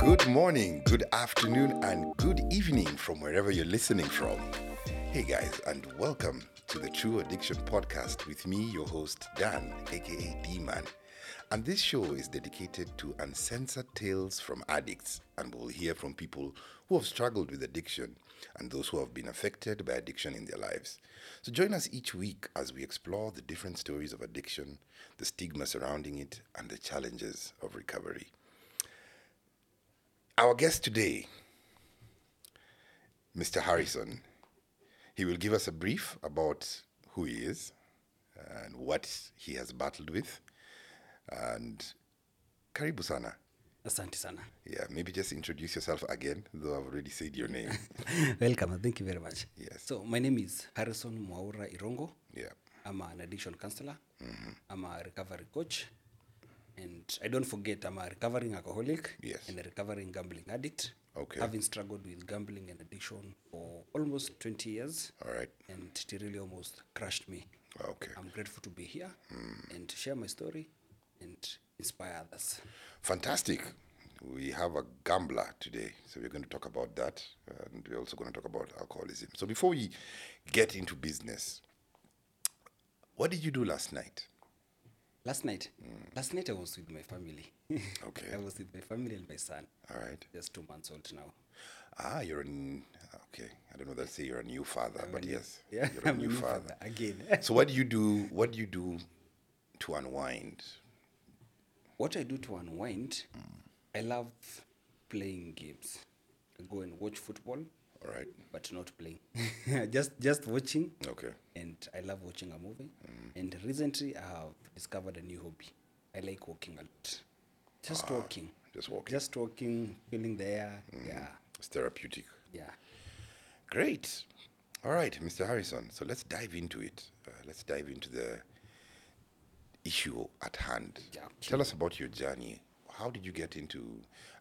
Good morning, good afternoon, and good evening from wherever you're listening from. Hey guys, and welcome to the True Addiction Podcast with me, your host, Dan, aka D Man. And this show is dedicated to uncensored tales from addicts, and we'll hear from people who have struggled with addiction and those who have been affected by addiction in their lives. So join us each week as we explore the different stories of addiction, the stigma surrounding it, and the challenges of recovery. Our guest today, Mr. Harrison, he will give us a brief about who he is and what he has battled with. And karibu sana. asante sana Yeah, maybe just introduce yourself again, though I've already said your name. welcome thank you very much Yes. so my name is harrison mwaura irongo yeah. i'm an addiction counselor Mm-hmm. i'm a recovery coach and i don't forget i'm a recovering alcoholic Yes. and a recovering gambling addict Okay. having struggled with gambling and addiction for almost 20 years All right. and it really almost crushed me Okay. Mm. i'm grateful to be here and to share my story and inspire others Fantastic. We have a gambler today, so we're going to talk about that, and we're also going to talk about alcoholism. So before we get into business, what did you do last night? last night last night i was with my family Mm. Okay. i was with my family and my son All right. just two months old now Ah, you're an okay. I don't know. Let's say you're a new father, but yes, yeah you're a new father. again so what do you do? What do you do to unwind? what i do to unwind Mm. i love playing games i go and watch football All right. but not playing just just watching Okay. and i love watching a movie Mm. and recently i have discovered a new hobby i like walking a lot just walking Ah, Just walking. Mm. just walking feeling the air yeah It's therapeutic. yeah Great. All right, Mr. Harrison. So let's dive into it. Uh, let's dive into the issue at hand. Yeah. Tell us about your journey. How did you get into?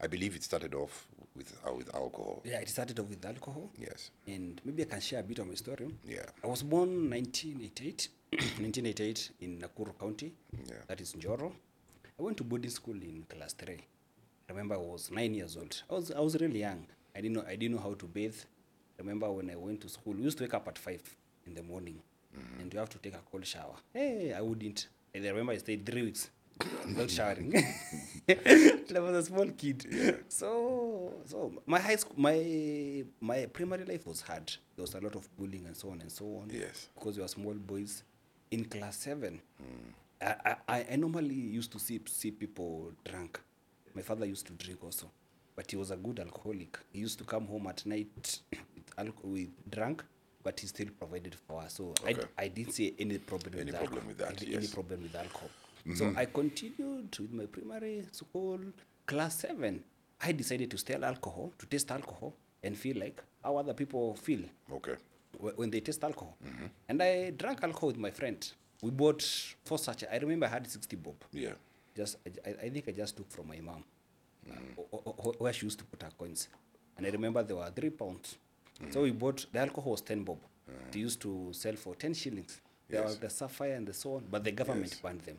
I believe it started off with uh, with alcohol. Yeah, it started off with alcohol. Yes. And maybe I can share a bit of my story. Yeah. I was born 1988, 1988 in Nakuru County. Yeah. That is Njoro. I went to boarding school in class three. I remember I was nine years old. I was I was really young. I didn't know I didn't know how to bathe. I remember when I went to school, we used to wake up at five in the morning, Mm-hmm. and you have to take a cold shower. Hey, I wouldn't. And I remember I stayed three weeks without showering. I was a small kid. So so my high school my my primary life was hard. There was a lot of bullying and so on and so on. Yes. Because we were small boys in class seven. I, I, I normally used to see, see people drunk. My father used to drink also, but he was a good alcoholic. He used to come home at night with, alco- with drunk, but he still provided for us. So I d- Okay. I, didn't see any problem Any with problem alcohol. with that, Any- any yes. Mm-hmm. problem with alcohol. So I continued with my primary school, class seven. I decided to sell alcohol, to taste alcohol, and feel like how other people feel Okay. wh- when they taste alcohol. And I drank alcohol with my friend. We bought four such. I remember I had 60 bob. Yeah. Just, I, I- I think I just took from my mom, uh, wh- wh- wh- where she used to put her coins. And I remember there were three pounds. So we bought the alcohol was 10 bob. They used to sell for 10 shillings. There Yes. was the sapphire and the so on, but the government banned them.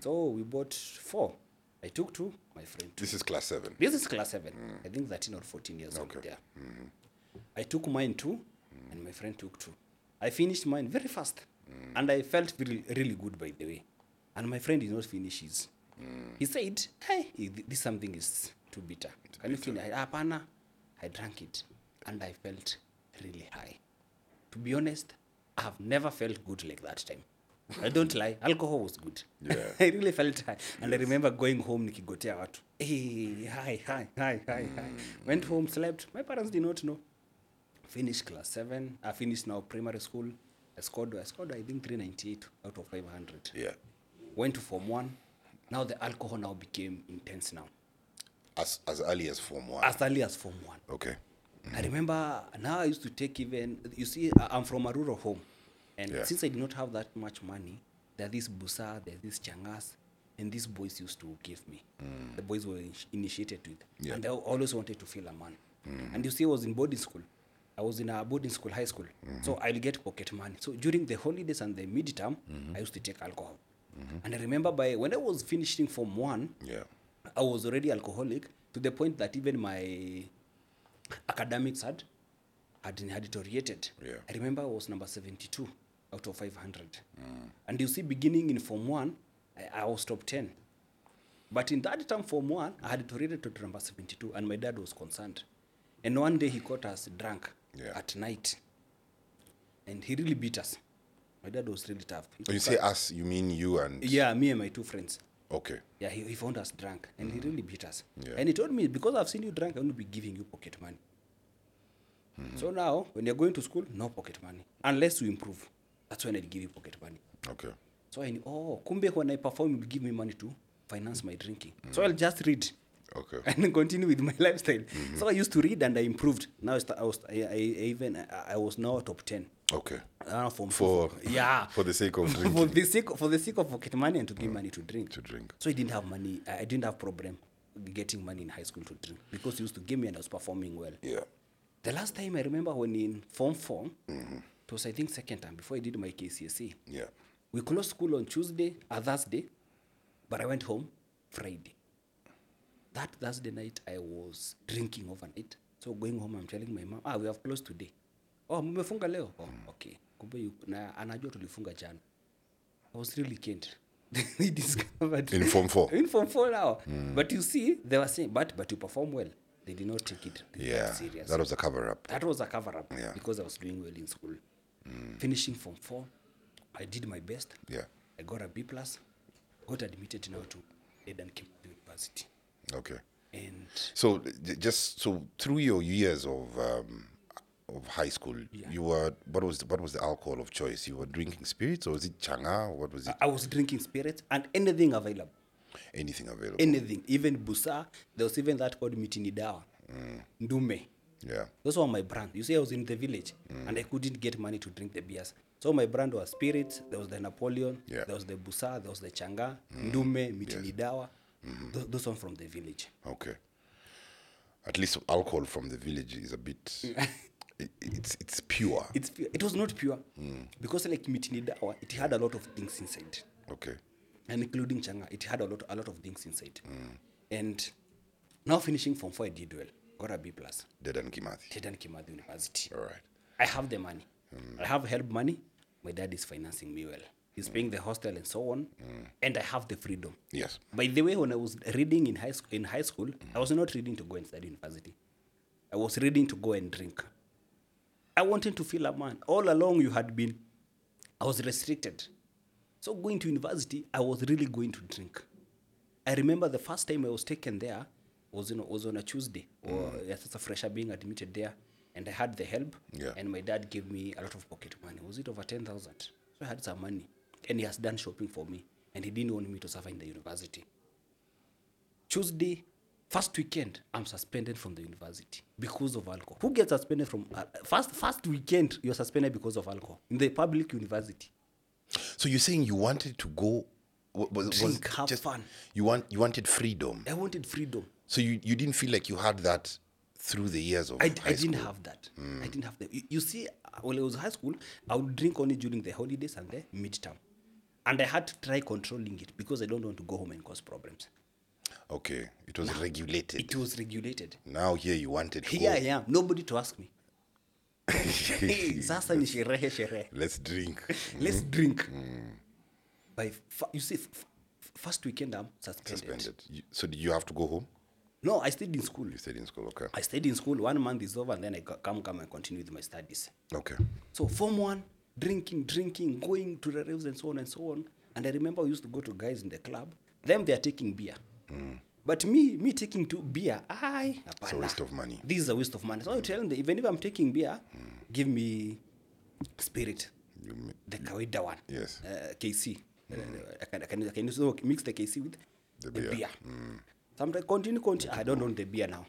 So we bought four. I took two, my friend This is class seven. Mm. this is class seven. I think 13 or 14 years old. Okay. Mm. Yeah. I took mine too, and my friend took two. I finished mine very fast, Mm. and I felt really, really good by the way. And my friend did not finish his. Mm. He said, "Hey, i- this something is too bitter. Can you finish?" I- Hapana. I drank it, and I felt really high. To be honest, I have never felt good like that time. I don't lie, alcohol was good. Yeah. I really felt high. And I remember going home nikigotea watu. Hey, hi, hi, hi, hi, hi. Went home, slept. My parents did not know. Finished class 7. I finished now primary school. I scored, I scored, I think 398 out of 500. Yeah. Went to Form 1. Now the alcohol now became intense now. As as early as form one. As early as Form 1. okay. I remember now I used to take even, you see, I- I'm from a rural home. And Yeah. since I did not have that much money, there are these busa, there are these changas, and these boys used to give me. The boys were initi- initiated with. Mm. Yeah. Mm-hmm. And I always wanted to feel a man. And you see, I was in boarding school. I was in a boarding school, high school. Mm-hmm. So I'll get pocket money. So during the holidays and the midterm, Mm-hmm. I used to take alcohol. And I remember by when I was finishing Form 1, Yeah. I was already alcoholic. to the point that even my academics had had, had deteriorated. Yeah. I remember I was number 72 out of 500. And you see, beginning in Form 1, I, I was top 10. But in that time, Form 1, I had deteriorated to number 72, and my dad was concerned. And one day he caught us drunk Yeah. at night, and he really beat us. My dad was really tough. He When Oh, you took say us, us- you mean you and yeah, me and my two friends. okay. Yeah, he, he found us drunk and he really beat us. Yeah. And he told me, because I've seen you drunk, I won't be giving you pocket money. So now, when you're going to school, no pocket money. Unless you improve. That's when I'll give you pocket money. Okay. So I knew, oh, kumbe when I perform, you'll give me money to finance my drinking. So I'll just read Okay. and continue with my lifestyle. So I used to read and I improved. Now I, sta- I was, I, I, I even, I, I was now top 10. Okay. Uh, from, For yeah. for the sake of for drinking the sake for the sake of pocket money and to give money to drink. Mm. to drink. So I didn't have money. I I didn't have problem getting money in high school to drink because he used to give me and I was performing well. Yeah. The last time I remember when in form 4 Mm-hmm. it was I think second time before I did my KCSE. Yeah. We closed school on Tuesday, a Thursday, but I went home Friday. That Thursday night, I was drinking overnight. So going home, I'm telling my mom, ah, we have closed today. Oh, mmefunga leo? Oh, Mm. okay. Kumbe you- na anajua tulifunga jana. I was really kind. they discovered In form four. Mm. in form four now. But you see, they were saying, but but you perform well. They did not take it Yeah. serious. That was a cover up. That was a cover up Yeah. Mm. because I was doing well in school. Finishing from four, I did my best. Yeah. I got a B plus, got admitted now to Dedan Kimathi University. Okay. And So j- just so through your years of um, of high school, you were what was the, what was the alcohol of choice? You were drinking spirits, or was it changa? What was it? I was drinking spirits and anything available, Anything available? anything, even busa. There was even that called mitinidawa, Mm. ndume. yeah. Those were my brand. You see, I was in the village and I couldn't get money to drink the beers. So my brand was spirits. There was the Napoleon. Yeah. There was the busa. There was the changa, ndume, mitinidawa. Th- those ones from the village. Okay. At least alcohol from the village is a bit. it, it's it's pure. It's pu- it was not pure because like mitinidawa, it had a lot of things inside. Okay. and including Changa, it had a lot, a lot of things inside. And now finishing from four, I did well. Got a B plus. Dead and Kimathi. Dedan Kimathi University. All right. I have the money. I have help money. My dad is financing me well. He's paying the hostel and so on. And I have the freedom. Yes. By the way, when I was reading in high school, in high school, I was not reading to go and study university. I was reading to go and drink. I wanted to feel a man. All along, you had been, I was restricted. So going to university, I was really going to drink. I remember the first time I was taken there was in, was on a Tuesday, or as a fresher being admitted there, and I had the help, Yeah. and my dad gave me a lot of pocket money. Was it over ten thousand? So I had some money, and he has done shopping for me, and he didn't want me to suffer in the university. Tuesday, first weekend, I'm suspended from the university because of alcohol. Who gets suspended from al- first first weekend? You're suspended because of alcohol in the public university. So you're saying you wanted to go. wa- Was, was Drink, have just- fun. You want you wanted freedom. I wanted freedom. So you, you didn't feel like you had that through the years of I, high I school. Hmm. didn't have that. I didn't have that. You, you see, uh, when I was high school, I would drink only during the holidays and the midterm. And I had to try controlling it because I don't want to go home and cause problems. Okay, it was regulated. It was regulated. now here you wanted to Here go. I am, nobody to ask me. Hey, sasa ni sherehe sherehe. Let's drink. let's Hmm. drink by f- you see f- f- first weekend i'm suspended. Suspended. You, so did you have to go home? no i stayed in school You stayed in school. Okay. i stayed in school one month is over and then i co- come come and continue with my studies Okay. so form one drinking drinking going to the raves and so on and so on and i remember we used to go to guys in the club them they are taking beer But me, me taking two beer, I Hmm. It's a waste of money. Hmm. This is a waste of money. So I tell them, even if I'm taking beer, give me spirit. You, mi- the kawaida one Yes. uh, kc Uh, I can, I can, I can also mix the kc with The the beer. Mm. beer, sometimes continue continue i don't want the beer now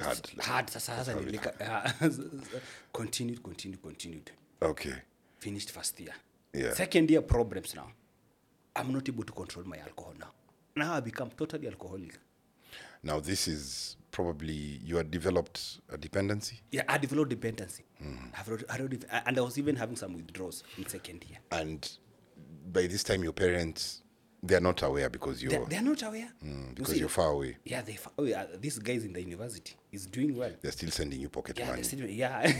Hard. hard sasa sasa nilika uh, continued continued continued okay. finished first year Yeah. second year problems now i'm not able to control my alcohol now now i become totally alcoholic Now this is probably you had developed a dependency, yeah i developed dependency Mm. I've already- I already- and i was even having some withdrawals in second year and by this time your parents They're not aware because you're They're, they're not aware. You Oh. Mm, because see, you're far away. yeah, they, fa- oh, yeah, these guys in the university is doing well. They're still sending you pocket Yeah, money. the situation, yeah.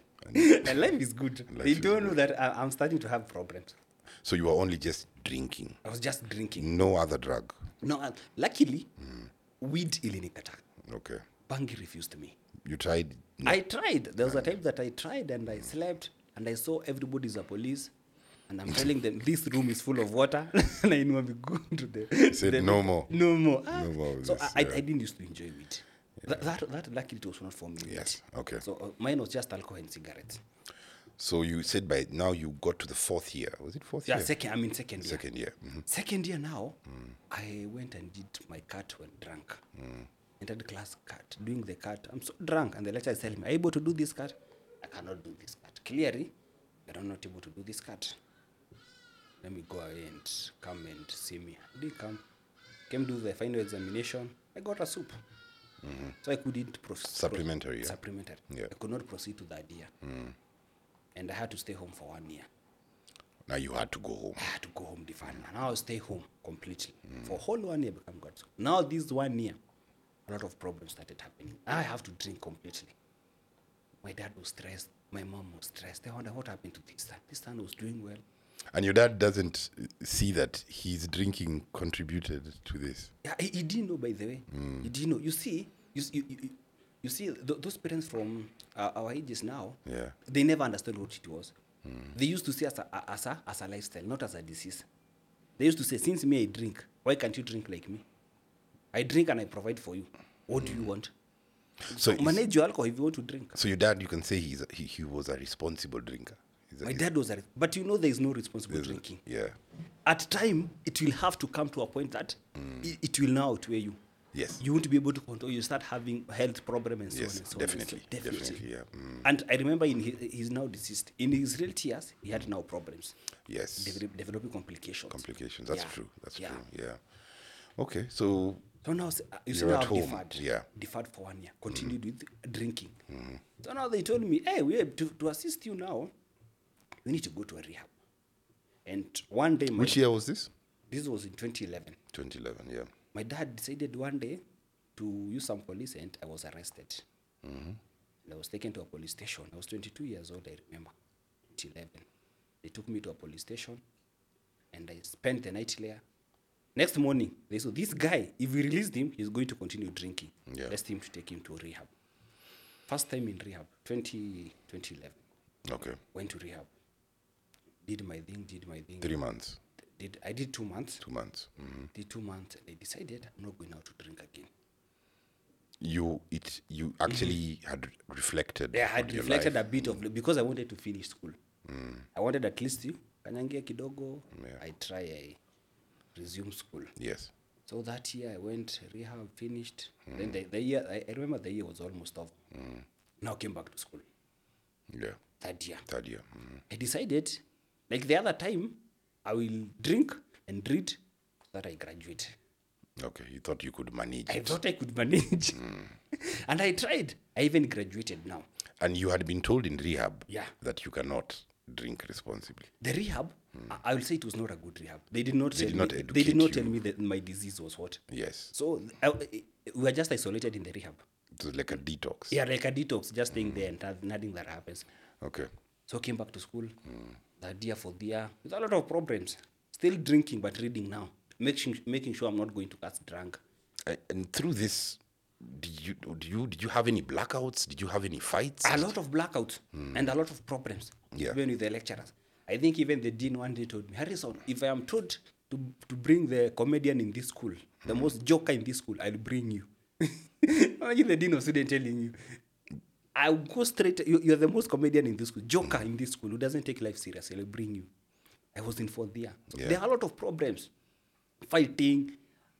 and life is good. Life they is don't know that I, I'm starting to have problems. So you are only just drinking. I was just drinking. No other drug. No, uh, luckily, Hmm. weed ilinikataa. Okay. Bangi refused me. You tried. I tried. There was a time that I tried and Hmm. I slept and I saw everybody's a police. And I'm telling them this room is full of water. and I know I'm going to the. Said the- no more. No more. Ah, No more of so this, I, yeah. I didn't used to enjoy weed. That, that, that luckily it was not for me. yet. Yes. Okay. So uh, mine was just alcohol and cigarettes. So you said by now you got to the fourth year. Was it fourth Yeah, year? second. I mean second year. Second year. Mhm. Second year now, I went and did my cut when drunk. Entered class cut, doing the cut. I'm so drunk, and the lecturer is telling me, "Are you able to do this cut?" I cannot do this cut. Clearly, that I'm not able to do this cut. Let me go away and come and see me. I did come, came do the final examination. I got a soup, so I couldn't proceed. Supplementary, yeah? Supplementary. Yeah. I could not proceed to that year, and I had to stay home for one year. Now you had to go home. I had to go home different. And I'll stay home completely. For whole one year become God. Now this one year, a lot of problems started happening. I have to drink completely. My dad was stressed. My mom was stressed. They wonder what happened to this son. This son was doing well. And your dad doesn't see that his drinking contributed to this. Yeah, he, he didn't know, by the way. Hmm. He didn't know. You see, you, s- you, you, you see, th- those parents from uh, our ages now, Yeah. Hmm. they never understood what it was. They used to see as a, a- as a as a lifestyle, not as a disease. They used to say, since me I drink, why can't you drink like me? I drink and I provide for you. What do you want? Hmm. So, it's- Manage your alcohol if you want to drink. so your dad, you can say he's a, he, he was a responsible drinker. He's a- My dad was a, but you know there is no responsible drinking. yeah. At time, it will have to come to a point that Hmm. it, it will now outweigh you. Yes. You won't be able to control. You start having health problems and so Yes, on and so definitely, on. and so on. definitely, yeah. Mm. And I remember in his, he's now deceased. In his later years, he had now problems. Yes. develop, developing complications. Complications. That's Yeah. true. That's Yeah. true. Yeah. Okay. So So now s- uh, you see You're now at I've home, deferred, yeah. Mm. Mm-hmm. deferred for one year, continued with drinking. So now they told me, hey, we have to, to assist you now, you need to go to a rehab. And one day, my, which year was this? this was in 2011, 2011. Yeah. my dad decided one day to use some police and I was arrested. And I was taken to a police station. I was 22 years old, I remember, 2011. They took me to a police station and I spent the night there. Next morning, they said, this guy, if we released him, he's going to continue drinking. Yeah. Let's him to take him to rehab. First time in rehab, 20, 2011. Okay. Went to rehab. Did my thing, did my thing. Three months. Did, I did two months. Two months. Mm. Did two months. I decided I'm not going out to drink again. You it you actually had reflected. Yeah, I Mm-hmm. had on your reflected life. Mm. a bit of because I wanted to finish school. I wanted at least you kanyangia kidogo. Yeah. I try I resume school. Yes. So that year I went rehab, finished. Mm. Then the, the year I, I remember the year was almost over. Now I came back to school. Yeah. Third year. Third year. Mm. I decided, like the other time, I will drink and read so that I graduate. Mm-hmm. Okay. You thought you could manage, I thought I could manage. Mm. and I tried. I even graduated now. and you had been told in rehab Yeah. that you cannot drink responsibly. The rehab, I, I will say it was not a good rehab. They did not Hmm. They tell did not me, they educate did not you. tell me that my disease was what. Yes. So I, I- we were just isolated in the rehab. It was like a detox. Yeah, like a detox, just staying Hmm. there and noth- nothing that happens. Okay. So I came back to school, Hmm. that year for the year, with a lot of problems. Still drinking, but reading now, making making sure I'm not going to get drunk. A- And through this, did you do you did you have any blackouts? Did you have any fights? A lot of blackouts Hmm. and a lot of problems, Yeah. even with the lecturers. I think even the dean one day told me, Harrison, if I am told to, to bring the comedian in this school, Hmm. the most joker in this school, I'll bring you. Imagine the dean of student telling you, I'll go straight, you, you're the most comedian in this school, joker Hmm. in this school, who doesn't take life seriously, I'll bring you. I was in fourth year. So Yeah. There are a lot of problems. Fighting.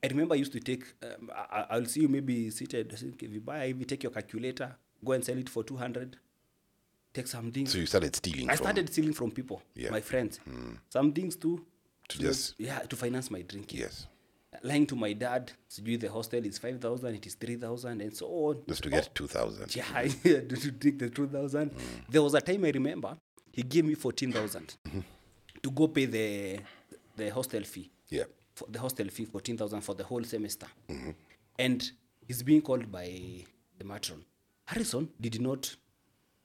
I remember I used to take, um, I, I- I'll see you maybe seated, I think, if you buy, if you take your calculator, go and sell it for 200, take something. So you started stealing. I from- started stealing from people, Yeah. Hmm. my friends. Some things too. To just- yeah, to finance my drinking. Yes. Lying to my dad, sijui the hostel is 5,000, it is 3,000, and so on. Just to get Hmm. two thousand. Oh. Yeah, I had to take the 2,000. There was a time I remember Mm-hmm. he gave me 14,000 to go pay the the hostel fee. Yeah. for the hostel fee, 14,000 for the whole semester. And he's being called by the matron. Harrison did not,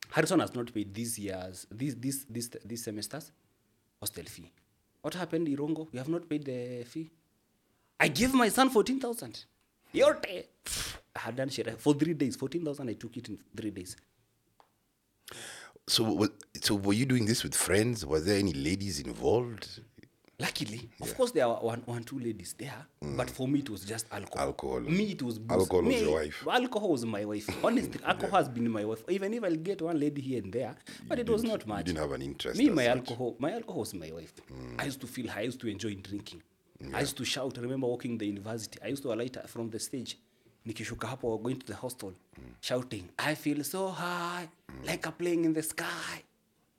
Harrison has not paid this year's, this, this, this, this semester's hostel fee. What happened, Irongo? You have not paid the fee? I gave my son 14,000. Yote. I had done shit for three days. 14,000, I took it in three days. So, wa- so were you doing this with friends? Was there any ladies involved? Luckily, of course, there were one, one two ladies there, but for me, it was just alcohol. Mm. Alcohol. Me, it was booze. Alcohol was Me, your wife. Alcohol was my wife. Honestly, alcohol has been my wife. Even if I'll get one lady here and there, but it was not You much. didn't have an interest. Me, as my such. Mm. alcohol, my alcohol was my wife. I used to feel high. I used to enjoy drinking. I used to shout. I remember walking the university. I used to alight from the stage. Nikishuka hapo or going to the hostel, Mm. shouting, I feel so high, like I'm playing in the sky.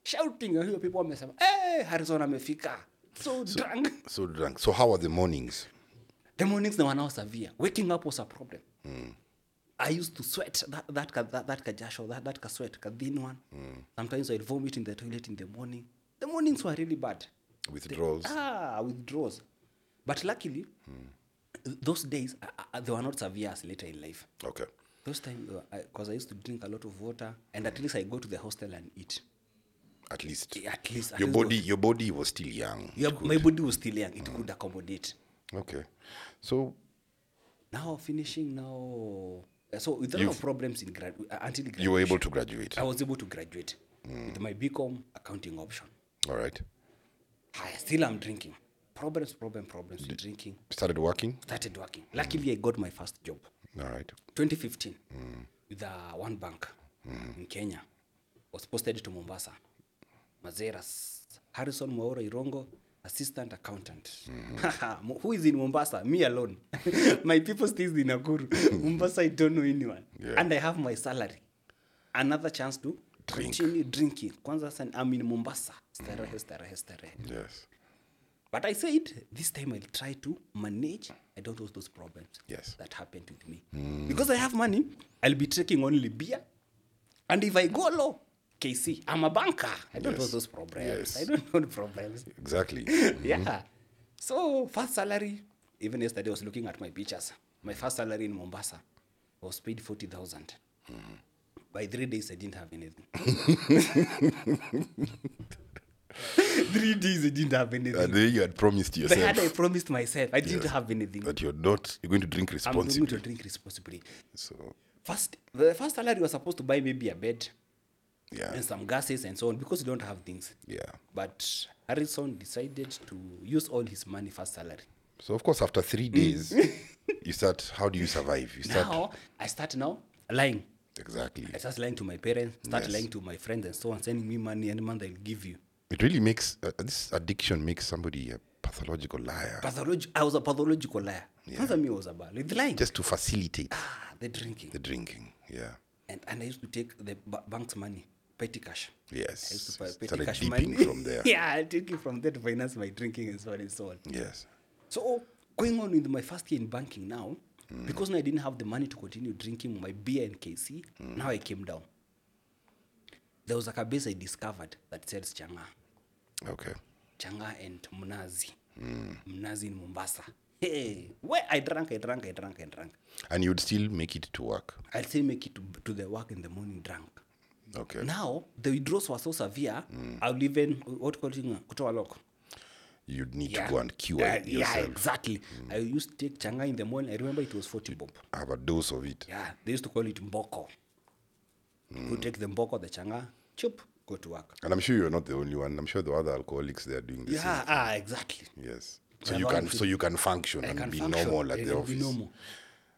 Shouting, I hear people wamesema, hey, Harrison amefika. So, drunk. So drunk. So how were the mornings? The mornings they were now severe. Waking up was a problem. Hmm. I used to sweat that that ka- that, that kajasho that that ka sweat ka thin one. Hmm. Sometimes I'd vomit in the toilet in the morning. The mornings were really bad. Withdrawals. Ah, withdraws. But luckily, Hmm. th- those days uh, uh, they were not severe as later in life. Okay. Those times, because I used to drink a lot of water, and at least I go to the hostel and eat. At least At least at your least those- body, your body was still young. yeah, my body was still young; it could accommodate. Okay. So now finishing now Uh, so with a lot of problems in grad uh, until grad, you were able to Mm. graduate. i was able to graduate with my bcom accounting option All right. i still am drinking problems problem problems with drinking Started working. started working luckily i got my first job All right. 2015 with uh, one bank in kenya was posted to mombasa mazeras harrison mwaora irongo assistant accountant Mo- who is in mombasa me alone my people stays in nakuru mombasa i don't know anyone Yeah. and i have my salary another chance to Drink. continue drinking kwanza san i'm in mombasa starehe starehe starehe Yes. but I said, this time I'll try to manage. I don't want those problems Yes. that happened with me. Because I have money, I'll be taking only beer. And if I go low, KC, I'm a banker. I don't want those problems. Yes. Mm-hmm. I don't want problems. Exactly. Yeah. So, first salary, even yesterday I was looking at my pictures. My first salary in Mombasa I was paid 40,000. Mm-hmm. By three days, I didn't have anything. three days, I didn't have anything. and then you had promised But had I yourself promised myself, I didn't have anything. that you're not you're going to drink I'm going responsibly. to drink responsibly. So First, the first salary was supposed to buy maybe a bed yeah. and some gases and so on because you don't have things. Yeah. But Harrison decided to use all his money first salary. So of course after Mm. three days you start how do you survive? You start Now I start now lying. exactly. I start lying to my parents, start Yes. lying to my friends and so on, sending me money and month I'll give you. It really makes uh, this addiction makes somebody a pathological liar Patholog- I was a pathological liar. Kwanza me was a bad with lying. just to facilitate ah, the drinking. the drinking. Yeah. And, and I used to take the ba- bank's money, petty cash. I used Yes. to pay- pay Started cash dipping money. from there. yeah, I took it from there to finance my drinking and so on and so on. Yes. So going on with my first year in banking now, Mm. because now I didn't have the money to continue drinking my beer and KC, Mm. now I came down. There was like a base I discovered that sells changa, Okay. changa and mnazi, Mm. mnazi in Mombasa. Hey, where I drank, I drank, I drank, I drank. And you'd still make it to work. I'll say make it to, to the work in the morning drunk. Okay. Now the withdrawals were so severe, Mm. I'll even what call it kutoa lock. You'd need Yeah. to go and cure Yeah, it yeah, yourself. exactly. I used to take changa in the morning. I remember it was 40 bob. Have a dose of it. Yeah, they used to call it mboko. You take the mboko, the changa, chup, go to work. And I'm sure you're not the only one. I'm sure there are other alcoholics there doing this. Yeah, ah, exactly. Yes. So Yeah, you but can if so you can function I and can be function. normal I at the can be office. normal.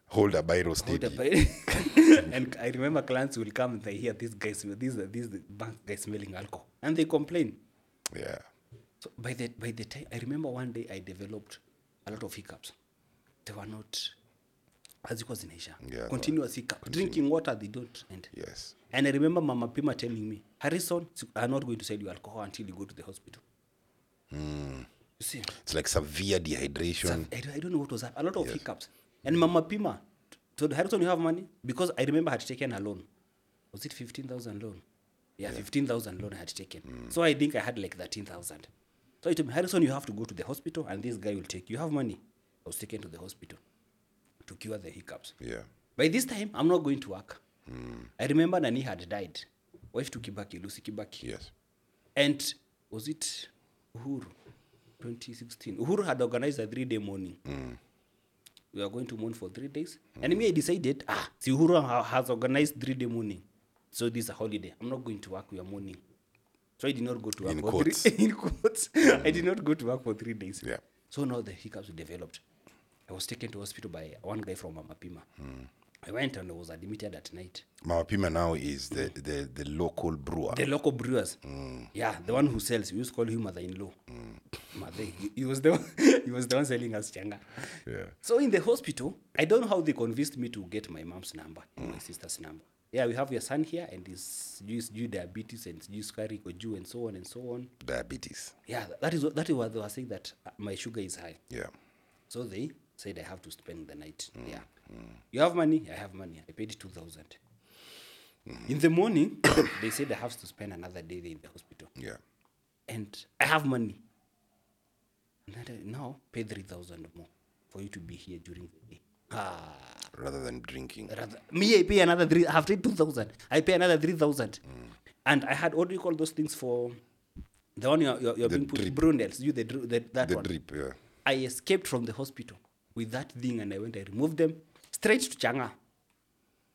Hold a biro Put steady. up- and I remember clients will come and they hear these guys, these these bank guys smelling alcohol, and they complain. Yeah. So by the by the time I remember one day I developed a lot of hiccups. They were not hazikuwa zinaisha Yeah, continuous hiccup drinking water they don't end Yes. and I remember Mama Pima telling me Harrison s- are not going to sell you alcohol until you go to the hospital. Hmm. You see, It's like severe so dehydration. I, don't- I don't know what was up. A lot of hiccups and Mama Pima told Harrison you have money because I remember I had taken a loan. Was it fifteen thousand loan? Yeah, fifteen thousand loan I had taken. So I think I had like thirteen thousand. So it will be Harrison, you have to go to the hospital and this guy will take you have money. I was taken to the hospital to cure the hiccups. Yeah. By this time, I'm not going to work. I remember Nani had died. Wife to Kibaki, Lucy Kibaki. Yes. And was it Uhuru 2016? Uhuru had organized a three day mourning. We are going to mourn for three days. And me, I decided, ah, see, Uhuru ha- has organized three day mourning. So this is a holiday. I'm not going to work. We are mourning. So I did not go to work In for quotes. three in quotes. I did not go to work for three days. Yeah. So now the hiccups developed. I was taken to hospital by one guy from Mamapima. Hmm. I went and I was admitted at night. Mama Pima now is the, Mm. the, the local brewer. The local brewers. Yeah, the one who sells. We used to call him mother-in-law. Mother. He, he was the one, he was the one selling us changa. Yeah. So in the hospital, I don't know how they convinced me to get my mom's number, and my sister's number. Yeah, we have your son here, and his juice, due diabetes, and juice curry, koju, and so on and so on. Diabetes. Yeah, that is what- that is what they were saying that uh, my sugar is high. Yeah. So they said, I have to spend the night. Yeah. You have money? I have money. I paid 2000 In the morning, they said, I have to spend another day there in the hospital. Yeah. And I have money. And then I now pay 3000 more for you to be here during the day. Ah. Rather than drinking. Rather, me, I pay another three. I have paid 2000 I pay another 3000 And I had, what do you call those things for? The one you're, you're, you're being put, drip. Brunels, you, the, dr- the, that the one. drip. Yeah. I escaped from the hospital with that thing and I went, I removed them straight to Changa,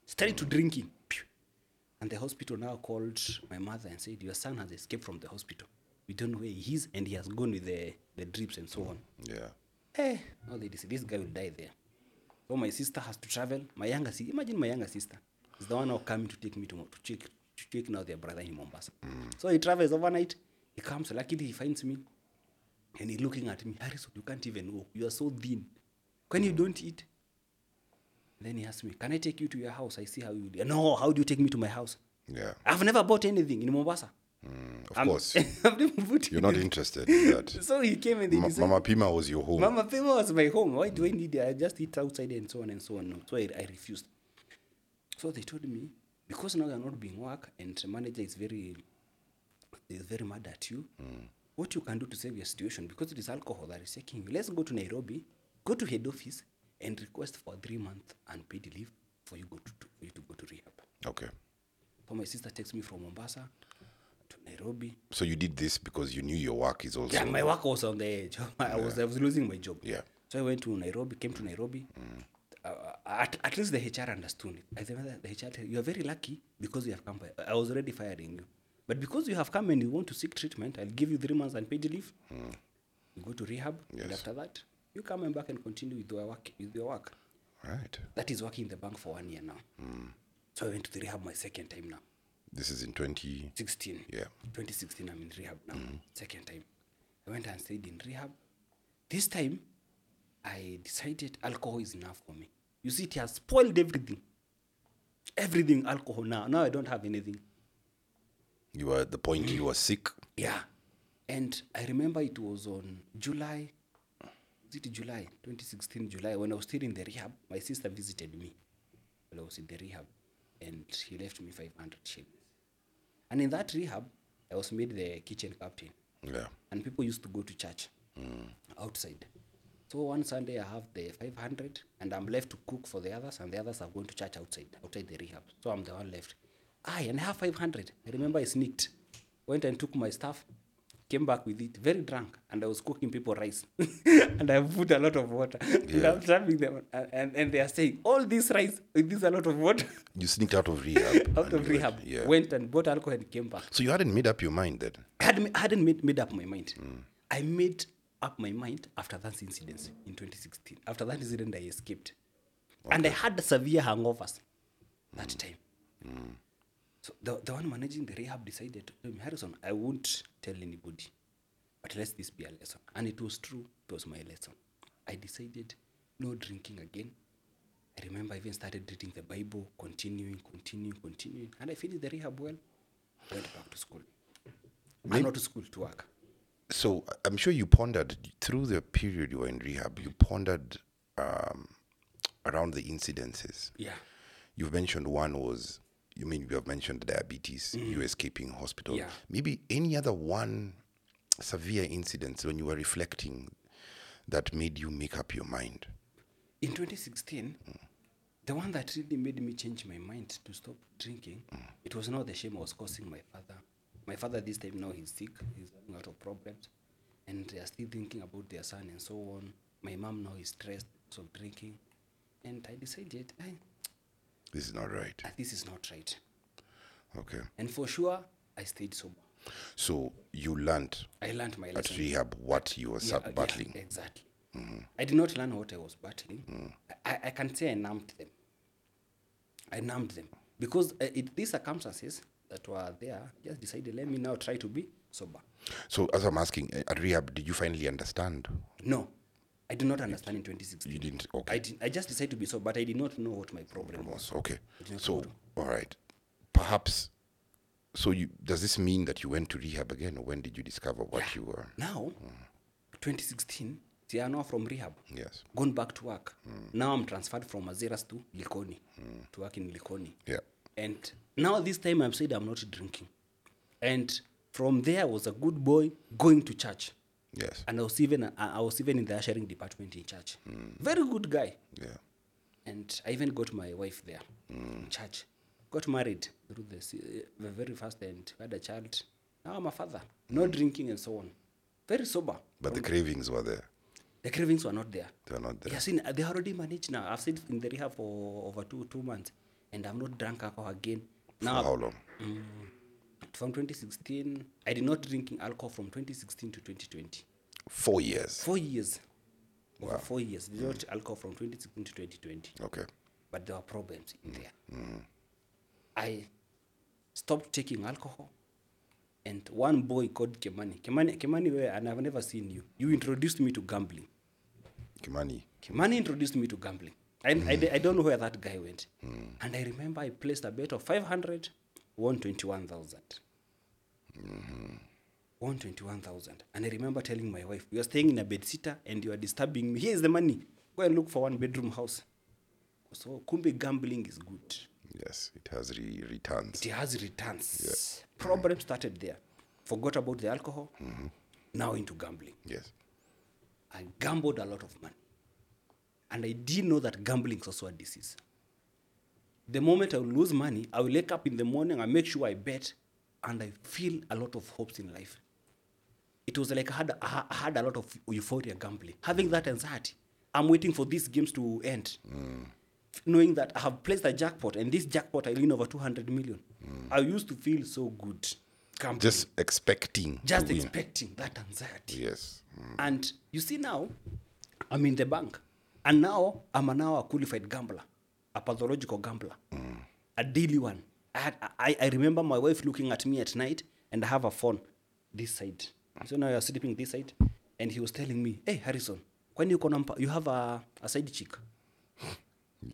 straight to drinking. Pew. And the hospital now called my mother and said, Your son has escaped from the hospital. We don't know where he is and he has gone with the, the drips and so on. Yeah. Hey, now they say this guy will die there. So my sister has to travel. My younger sister, imagine my younger sister is the one now coming to take me to, Mo- to check to check now their brother in Mombasa. Mm. So he travels overnight. He comes. Luckily, he finds me, and he's looking at me. Harrison, you can't even walk. You are so thin. When you don't eat, then he asks me, "Can I take you to your house? I see how you." do." No, how do you take me to my house? Yeah. I've never bought anything in Mombasa. Mm, of I'm- course. I've never bought. You're not interested in that. So he came and they Ma- decided. Mama Pima was your home. Mama Pema was my home. Why do I need it? I just eat outside and so on and so on. No. So I, I refused. So they told me, because now you're not being work and the manager is very is very mad at you, what you can do to save your situation, because it is alcohol that is taking you, let's go to Nairobi, go to head office and request for three month unpaid leave for you go to, to for you to go to rehab. Okay. So my sister takes me from Mombasa to Nairobi. So you did this because you knew your work is also. Yeah, my work was on the edge. I was I was losing my job. Yeah. So I went to Nairobi, came to Nairobi. Uh, at, at least the HR understood it. I remember the HR said, "You are very lucky because you have come. by- I was already firing you, but because you have come and you want to seek treatment, I'll give you three months unpaid leave. You go to rehab, and after that, you come and back and continue with your work. With your work. Right. That is working in the bank for one year now. So I went to the rehab my second time now. This is in 20. 16. Yeah. 2016, I'm in rehab now. Second time. I went and stayed in rehab. This time, I decided alcohol is enough for me. You see, it has spoiled everything. Everything alcohol now. Now I don't have anything. You were at the point you were sick. Yeah. And I remember it was on July, was it July, 2016 July, when I was still in the rehab, my sister visited me while I was in the rehab and she left me 500 shillings. And in that rehab, I was made the kitchen captain Yeah. and people used to go to church outside. So one Sunday I have the 500 and I'm left to cook for the others and the others are going to church outside, outside the rehab. So I'm the one left. I and I have 500. I remember I sneaked, went and took my stuff, came back with it, very drunk, and I was cooking people rice. and I put a lot of water. And I'm serving them and, and, and they are saying, all this rice, with this a lot of water You sneaked out of rehab. out and of you went- rehab. Yeah. Went and bought alcohol and came back. so you hadn't made up your mind then. I hadn't, I hadn't made, made up my mind. I made up my mind after that incident in 2016. After that incident, I escaped. And I had severe hangovers that time. So the, the one managing the rehab decided, to tell me, Harrison, I won't tell anybody, but let this be a lesson. And it was true, it was my lesson. I decided no drinking again. I remember I even started reading the Bible, continuing, continuing, continuing. And I finished the rehab well, went back to school. I'm not to school to work. So I- I'm sure you pondered through the period you were in rehab, you pondered um, around the incidences. Yeah. You've mentioned one was, you mean you have mentioned diabetes, you escaping hospital. Yeah. Maybe any other one severe incidents when you were reflecting that made you make up your mind? in 2016 the one that really made me change my mind to stop drinking it was not the shame i was causing my father my father this time now he's sick he's having a lot of problems and they are still thinking about their son and so on my mom now is stressed because of drinking and i decided "Hey, This is not right. this is not right Okay. and for sure i stayed sober So you learned i learned my at lesson rehab what you were Yeah, sub- uh, yeah, battling. exactly. I did not learn what I was battling. I, I- I can say I numbed them. I numbed them because uh, it, these circumstances that were there just decided, let me now try to be sober. So as I'm asking, uh, at rehab, did you finally understand? No, I did not understand in 2016. You didn't. I, Okay. did, I just decided to be sober, but I did not know what my problem was. Was- Okay. not So all right. Perhaps. So you does this mean that you went to rehab again, or when did you discover what you were? Now, 2016, see, I'm now from rehab. Yes. Gone back to work. Now I'm transferred from Mazeras to Likoni, to work in Likoni. Yeah. And now this time I'm said I'm not drinking. And from there I was a good boy going to church. Yes. And I was even I I was even in the ushering department in church. Hmm. Very good guy. Yeah. And I even got my wife there in Hmm. church. Got married through the, se- the very first and had a child. Now I'm a father. No Hmm. drinking and so on. Very sober. But the cravings were there. The cravings were not there. They were not there. Yes, in, they already managed now. I've stayed in the rehab for over two two months, and I've not drunk alcohol again. For Now I've how long? from 2016 i did not drinking alcohol from 2016 to 2020 Four years. four years over four years did not alcohol from 2016 to 2020 Okay. but there were problems in there i stopped taking alcohol and one boy called kemani kemani kemani where and i've never seen you you introduced me to gambling Kimani. Kimani introduced me to gambling. I, I d- I don't know where that guy went. And I remember I placed a bet of 500, won 21,000. 121,000. And I remember telling my wife, You are staying in a bed sitter and you are disturbing me. Here is the money. Go and look for one bedroom house. So, kumbe gambling is good. Yes. It has re- returns. It has returns. Problem started there. Forgot about the alcohol. Now into gambling. Yes. I gambled a lot of money. And I did know that gambling is also a disease. The moment I will lose money, I will wake up in the morning, I make sure I bet, and I feel a lot of hopes in life. It was like I had, I ha- I had a lot of euphoria gambling, having that anxiety. I'm waiting for these games to end, Hmm. knowing that I have placed a jackpot, and this jackpot I win over 200 million. I used to feel so good, gambling, just, Hmm. Just expecting. to win. expecting that anxiety. Yes. Mm, And you see now, I'm in the bank. And now I'm a now a qualified gambler, a pathological gambler, a daily one. I, had, I, I remember my wife looking at me at night and I have a phone this side. So now you're sleeping this side. And he was telling me, hey, Harrison, when you, conampa, you have a, a side chick.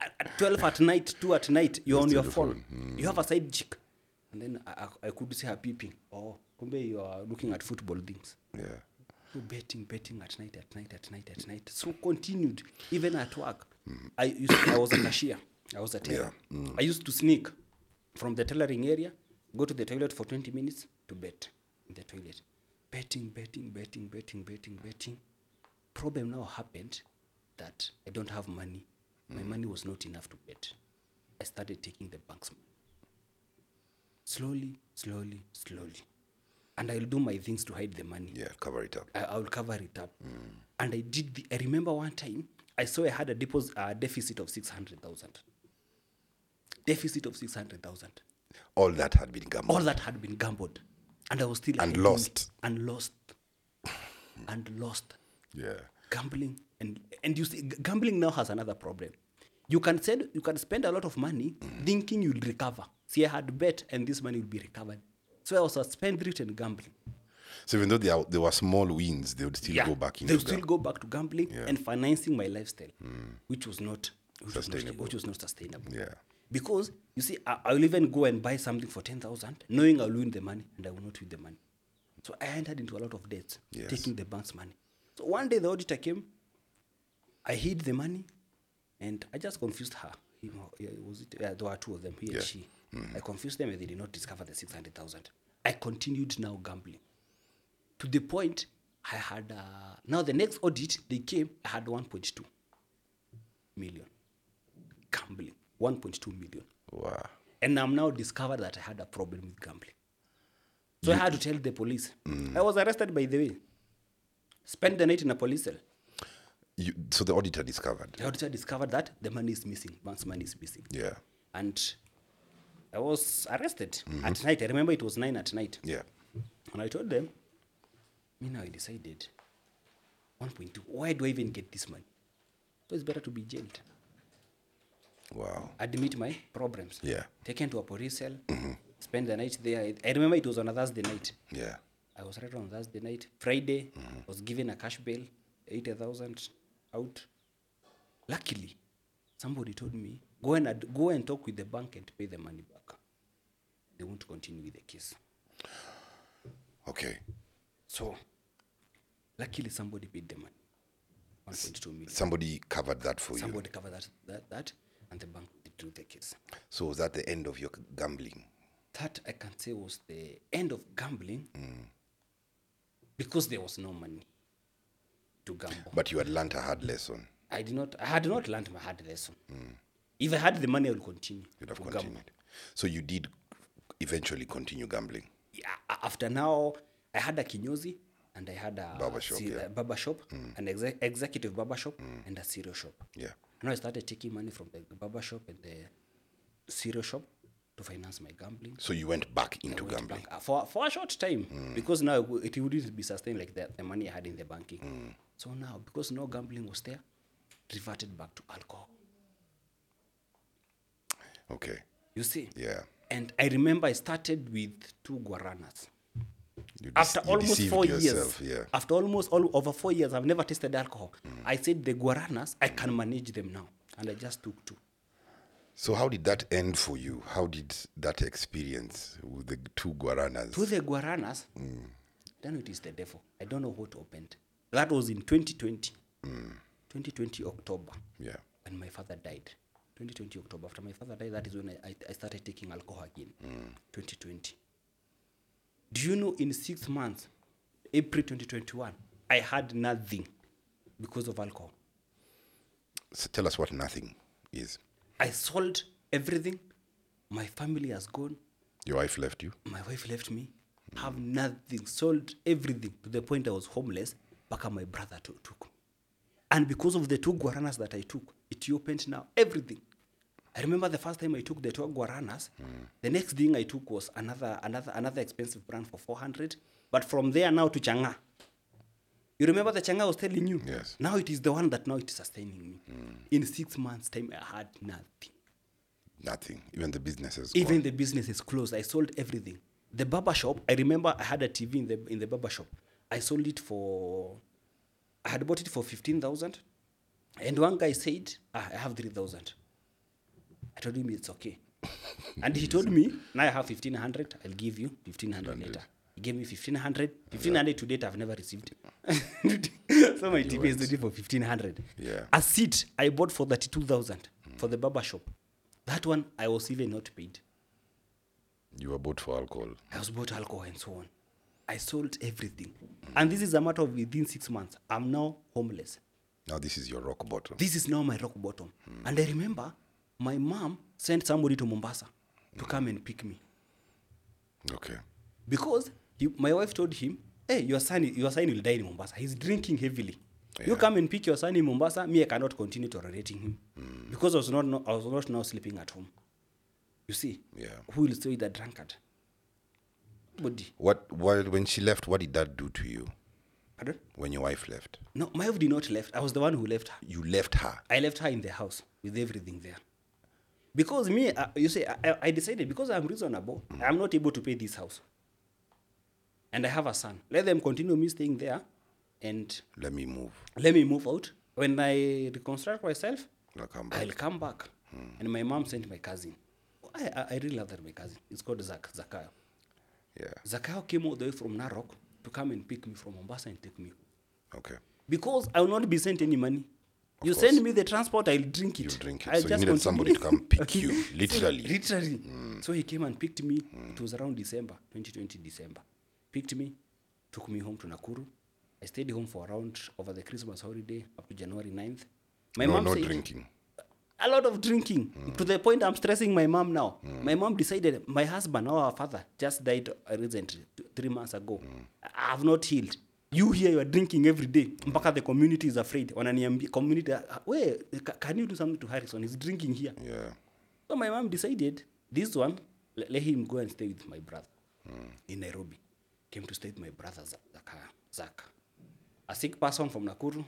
At at 12 at night, 2 at night, you're on your phone. You have a side chick. And then I, I, I could see her peeping. Oh, kumbe you are looking at football things. Yeah. So betting, betting at night, at night, at night, at night. So continued, even at work. I used I was a cashier. I was a teller. I used to sneak from the tailoring area, go to the toilet for 20 minutes to bet in the toilet. Betting, betting, betting, betting, betting, betting. Problem now happened that I don't have money. My money was not enough to bet. I started taking the bank's money slowly, slowly, slowly. And I'll do my things to hide the money. Yeah. Cover it up. I, I'll cover it up. And I did. The, I remember one time I saw I had a deposit uh, deficit of six hundred thousand. Deficit of six hundred thousand. All that had been All gambled. that had been gambled, and I was still And hiding lost. it, and lost, and lost Yeah. gambling and and you see g- gambling now has another problem you can send you can spend a lot of money thinking you'll recover see i had bet and this money will be recovered so i was a spendthrift and gambling So even though there, there were small wins, they would still yeah go back they into still gam- go back to gambling Yeah. and financing my lifestyle which was not which was not, Sustainable. which was not sustainable Yeah. because you see I, i'll even go and buy something for 10000 knowing i'll win the money and i will not win the money so i entered into a lot of debts Yes. taking the bank's money so one day the auditor came i hid the money and i just confused her you know, yeah, was it, yeah, there were two of them he Yeah. and she i confused them and they did not discover the 600000 i continued now gambling to to the point I had, uh, now the next audit, they came, I had 1.2 million. Gambling, 1.2 million. Wow. And I'm now discovered that I had a problem with gambling. So I had to tell the police. I was arrested, by the way. Spent the night in a police cell. You, so the auditor discovered. The auditor discovered that the money is missing. Once money is missing. Yeah. And I was arrested at night. I remember it was nine at night. Mm-hmm. Yeah. And I told them, me now I decided 1.2. Why do I even get this money? So it's better to be jailed. Wow. Admit my problems. Yeah. Mm-hmm. Taken to a police cell, spend the night there. I- I remember it was on a Thursday night. Yeah. I was right on Thursday night. Friday, I was given a cash bail, 80,000 out. Luckily, somebody told me, go and, ad- go and talk with the bank and pay the money back. They won't continue with the case. Okay. So, luckily, somebody paid the money 1.2 million. Somebody covered that for you. Somebody covered that, that, that, and the bank withdrew the case. So was that the end of your gambling? That I can say was the end of gambling because there was no money to gamble. But you had learnt a hard lesson. I did not. I had not learned my hard lesson. If I had the money, I would continue. Mm. You'd have to gamble. continued. So you did eventually continue gambling. Yeah, a- after now, I had a kinyozi and I had a Barber shop, se- yeah. Mm. a barber shop an exe- executive barber shop, and a cereal shop. Yeah. And I started taking money from the barber shop and the cereal shop to finance my gambling. So you went back I into went gambling. Mm. back, uh, for for a short time because now it wou- it wouldn't be sustained like that. The money I had in the banking. Mm. So now, because no gambling was there, reverted back to alcohol. Okay. You see. Yeah. And I remember I started with two guaranas. You dec- After you almost deceived four yourself. years, Yeah. Mm. after almost all, over four years, I've never tasted alcohol. I said the guaranas, I can manage them now, and I just took two. So how did that end for you? How did that experience with the two guaranas? To the guaranas, Mm. then it is the devil. I don't know what opened. That was in 2020, Mm. 2020 October, yeah. when my father died. 2020 October. After my father died, that is when I, I, I started taking alcohol again. 2020. Do you know in six months, April 2021, I had nothing because of alcohol. So tell us what nothing is. I sold everything. My family has gone. Your wife left you. My wife left me. Have nothing. Sold everything to the point I was homeless. Baka my brother to- took. And because of the two guaranas that I took, it opened now everything. I remember the first time I took the two guaranas. The next thing I took was another another another expensive brand for 400. But from there now to Changa. You remember the Changa I was telling you? Yes. Now it is the one that now it is sustaining me. In six months' time, I had nothing. Nothing. Even the businesses. Even the business is closed. I sold everything. The barber shop. I remember I had a TV in the in the barber shop. I sold it for. I had bought it for fifteen thousand, and one guy said, ah, "I have three thousand. I told him it's okay, and he told me, "Now I have fifteen hundred. I'll give you fifteen hundred later." He gave me 1500 1500 to date I've never received. so my TV is ready for 1500. Yeah. A seat I bought for 32,000 for the barber shop. That one I was even not paid. You were bought for alcohol. I was bought alcohol and so on. I sold everything. And this is a matter of within six months. I'm now homeless. Now this is your rock bottom. This is now my rock bottom. And I remember my mom sent somebody to Mombasa to come and pick me. Okay. Because he, my wife told him, hey, your son, your son will die in Mombasa. He's drinking heavily. You come and pick your son in Mombasa, me, I cannot continue tolerating him. Because I was, not, no, I was not now sleeping at home. You see? Yeah. Who will stay the drunkard? Nobody. What, what? When she left, what did that do to you? Pardon? When your wife left, No, my wife did not left. I was the one who left her. you left her. I left her in the house with everything there. Because me, uh, you see, I, I- I decided because I'm reasonable, I'm not able to pay this house. And I have a son. Let them continue me staying there and Let me move. let me move out. When I reconstruct myself, I'll come back. I'll come back. And my mom sent my cousin. I, I, I really love that my cousin. It's called Zak, Zakayo. Yeah. Zakayo came all the way from Narok to come and pick me from Mombasa and take me home. Okay. because I will not be sent any money. you course. send me the transport, I'll drink it. You'll drink it. I'll So you just needed somebody to come pick you, So, literally. Mm. literally. So he came and picked me. It was around December, 2020 December. Picked me, took me home to Nakuru. I stayed home for around over the Christmas holiday up to January 9th. My no, mom no said, drinking. a lot of drinking to the point I'm stressing my mom now. My mom decided my husband, our father, just died recently, th- three months ago. I have not healed. You here, you are drinking every day. Mpaka the community is afraid. Wananiambi, community, "Ah, we, ca- can you do something to Harrison? He's drinking here. Yeah. So my mom decided this one, le- let him go and stay with my brother in Nairobi. Came to stay with my brother, Za- Zaka. Zaka. A sick person from Nakuru,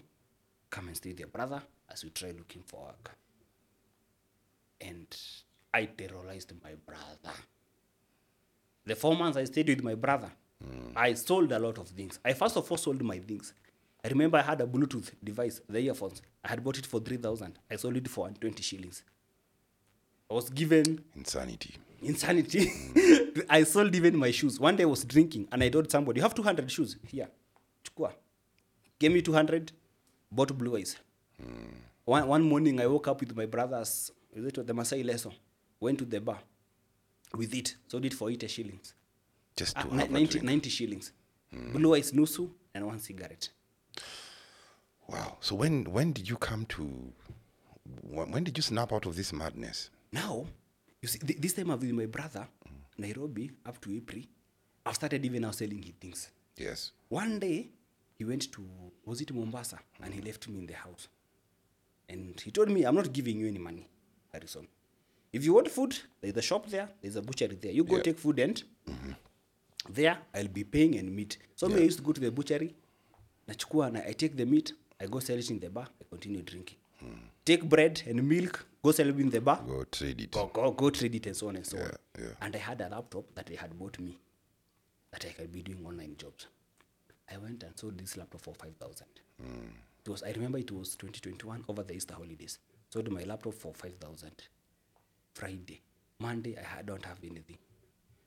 come and stay with your brother as we try looking for work. And I terrorized my brother. The four months I stayed with my brother, I sold a lot of things. I first of all sold my things. I remember I had a Bluetooth device, the earphones. I had bought it for 3,000. I sold it for 120 shillings. I was given Insanity. insanity. I sold even my shoes. One day I was drinking and I told somebody, You have 200 shoes here. Chukua. Gave me 200, bought blue eyes. Hmm. One, one morning I woke up with my brothers, is it the Masai Leso? Went to the bar with it, sold it for 80 shillings. Just Ah, to ni- have a 90, drink. Hmm. 90 shillings. Blue eyes, nusu, and one cigarette. Wow. So when when did you come to? When, when did you snap out of this madness? Now, you see, th- this time I've with my brother, Hmm. Nairobi, up to April. I've started even now selling him things. Yes. One day, he went to, was it Mombasa? And he left me in the house. And he told me, I'm not giving you any money, Harrison. If you want food, there's a shop there, there's a butchery there. You go Yeah. take food and there I'll be paying and meat. So me, I used to go to the butchery, nachukua, na I take the meat, I go sell it in the bar, I continue drinking. Take bread and milk, go sell it in the bar, Go trade it. go, go, go trade it and so on and so on. Yeah, yeah. And I had a laptop that they had bought me that I could be doing online jobs. I went and sold this laptop for 5,000. Hmm. It was, I remember it was 2021 over the Easter holidays. Sold my laptop for 5,000. Friday, Monday, I had, don't have anything.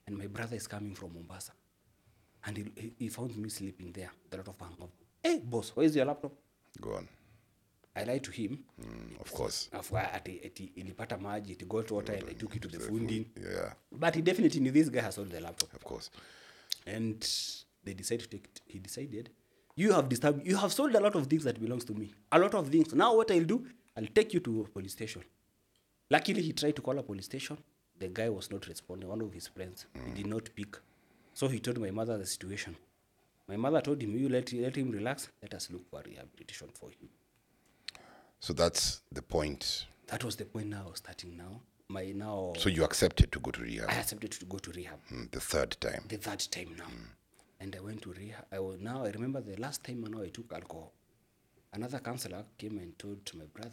And my brother is coming from Mombasa. And he, he, he found me sleeping there, the lot of hangover. Hey, boss, where's your laptop? Go on. I lied to him. Mm, of course. Afu- ati- ati ilipata maji, it got water, and I took it to the fundi. Yeah. But he definitely knew this guy has sold the laptop. Of course. And they decided to take it. He decided, you have disturbed, you have sold a lot of things that belongs to me. A lot of things. Now what I'll do, I'll take you to a police station. Luckily, he tried to call a police station. The guy was not responding. One of his friends, he did not pick. So he told my mother the situation. My mother told him, you let, let him relax. Let us look for rehabilitation for him. So that's the point. That was the point now I was starting now. My now, So you accepted to go to rehab I accepted to go to rehab. mm, the third time. the third time now. Mm. And I went to rehab. I was, now I remember the last time now I took alcohol. Another counselor came and told to my brother,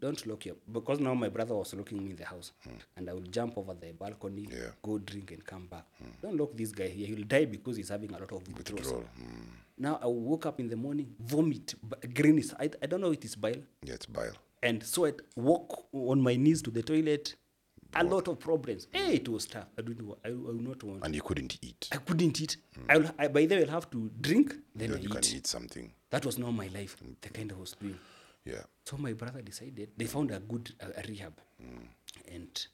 "Don't lock your because now my brother was locking me in the house, and I will jump over the balcony, Mm. Yeah. Mm. go drink and come back. Don't lock this guy here; he'll die because he's having a lot of withdrawals." Withdrawal. Mm. Now I woke up in the morning, vomit, b- greenish. I, I don't know it is bile, Yeah, it's bile. and so I walk on my knees to the toilet. A lot of problems. Hey, it was tough. I don't know. I, I will not want. And you couldn't eat. I couldn't eat. I will, I, by then I'll have to drink, then Then I you can eat. eat something. That was not my life, the kind I was doing. Yeah. So my brother decided they found a good uh, a rehab, and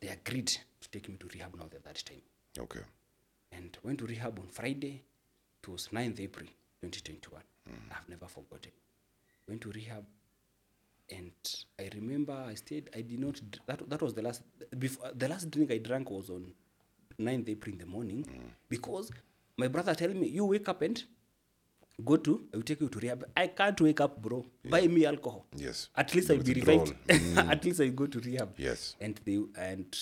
they agreed to take me to rehab now the third time. Okay. And went to rehab on Friday. It was 9th April 2021. Mm. I've never forgotten. Went to rehab, and I remember I stayed. I did not. dr- That that was the last. Before the last drink I drank was on 9th April in the morning, Mm. because my brother tell me you wake up and go to. I will take you to rehab. I can't wake up, bro. Buy me alcohol. Yes. At least The I'll be withdrawal. revived. At least I go to rehab. Mm. Yes. And they and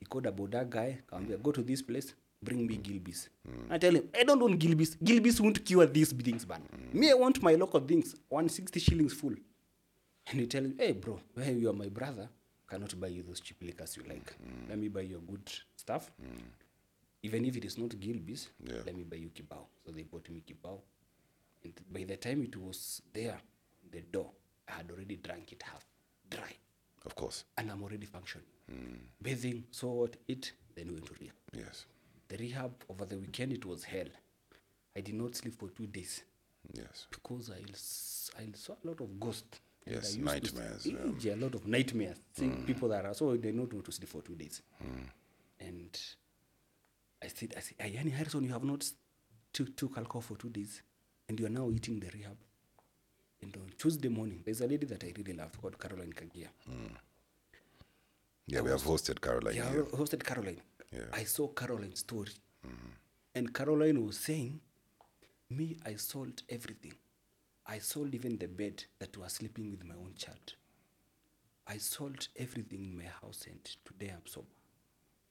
he called about that guy. Come go to this place. Bring me Gilbis. Mm. I tell him, I don't want Gilbis. Gilbis won't cure these things, man. Mm. Me, I want my local things. 160 shillings full. And he tell him, hey, bro, where you are my brother, cannot buy you those cheap liquors you like. Mm. Let me buy you good stuff. Even if it is not Gilbis, Yeah. let me buy you Kibao. So they bought me Kibao. And by the time it was there, the door, I had already drank it half dry. Of course. And I'm already functioning. Bathing, so what, eat, then went to rehab. Yes. The rehab over the weekend, it was hell. I did not sleep for two days Yes. because I, s- I saw a lot of ghosts. and Yes, I used to see- nightmares, Mm. Eh, yeah, a lot of nightmares. Seeing people that are so they don't want to sleep for two days. And I said, I said, Ayani Harrison, you have not s- to, took alcohol for two days, and you are now eating the rehab. And on Tuesday morning, there's a lady that I really love called Caroline Kagia. Yeah, we have hosted Caroline Yeah, here. I hosted Caroline. Yeah. I saw Caroline's story. And Caroline was saying, Me, I sold everything. I sold even the bed that was sleeping with my own child. I sold everything in my house, and today I'm sober.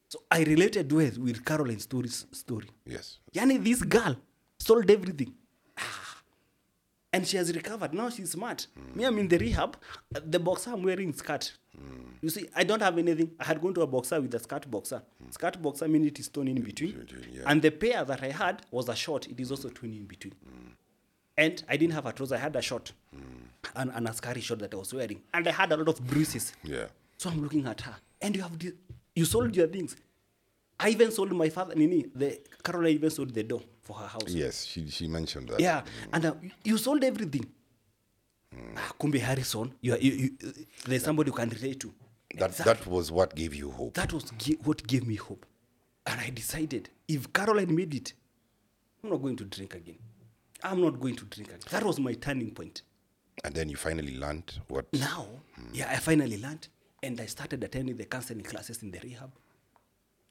So I related with, with Caroline's stories, story. Yes. Yani, this girl sold everything. Ah. And she has recovered. Now she's smart. Me, I'm in the rehab. Uh, The boxer I'm wearing is skirt. You see, I don't have anything. I had gone to a boxer with a skirt boxer. Skirt boxer mean it is torn in between. between, yeah. And the pair that I had was a short. It is also torn in between. And I didn't have a trouser. I had a short. Mm. And an Askari short that I was wearing. And I had a lot of bruises. Yeah. So I'm looking at her, and you have this, you sold your things. I even sold my father, Nini, the Caroline even sold the door for her house. Yes, she, she mentioned that. Yeah, and uh, you sold everything. Hmm. Ah, Kumbe Harrison, you, are, you, you, there's somebody you can relate to. That, Exact- that was what gave you hope. that was gi- what gave me hope. And I decided if Caroline made it, I'm not going to drink again. I'm not going to drink again. That was my turning point. and then you finally learned what. now yeah i finally learned and i started attending the counseling classes in the rehab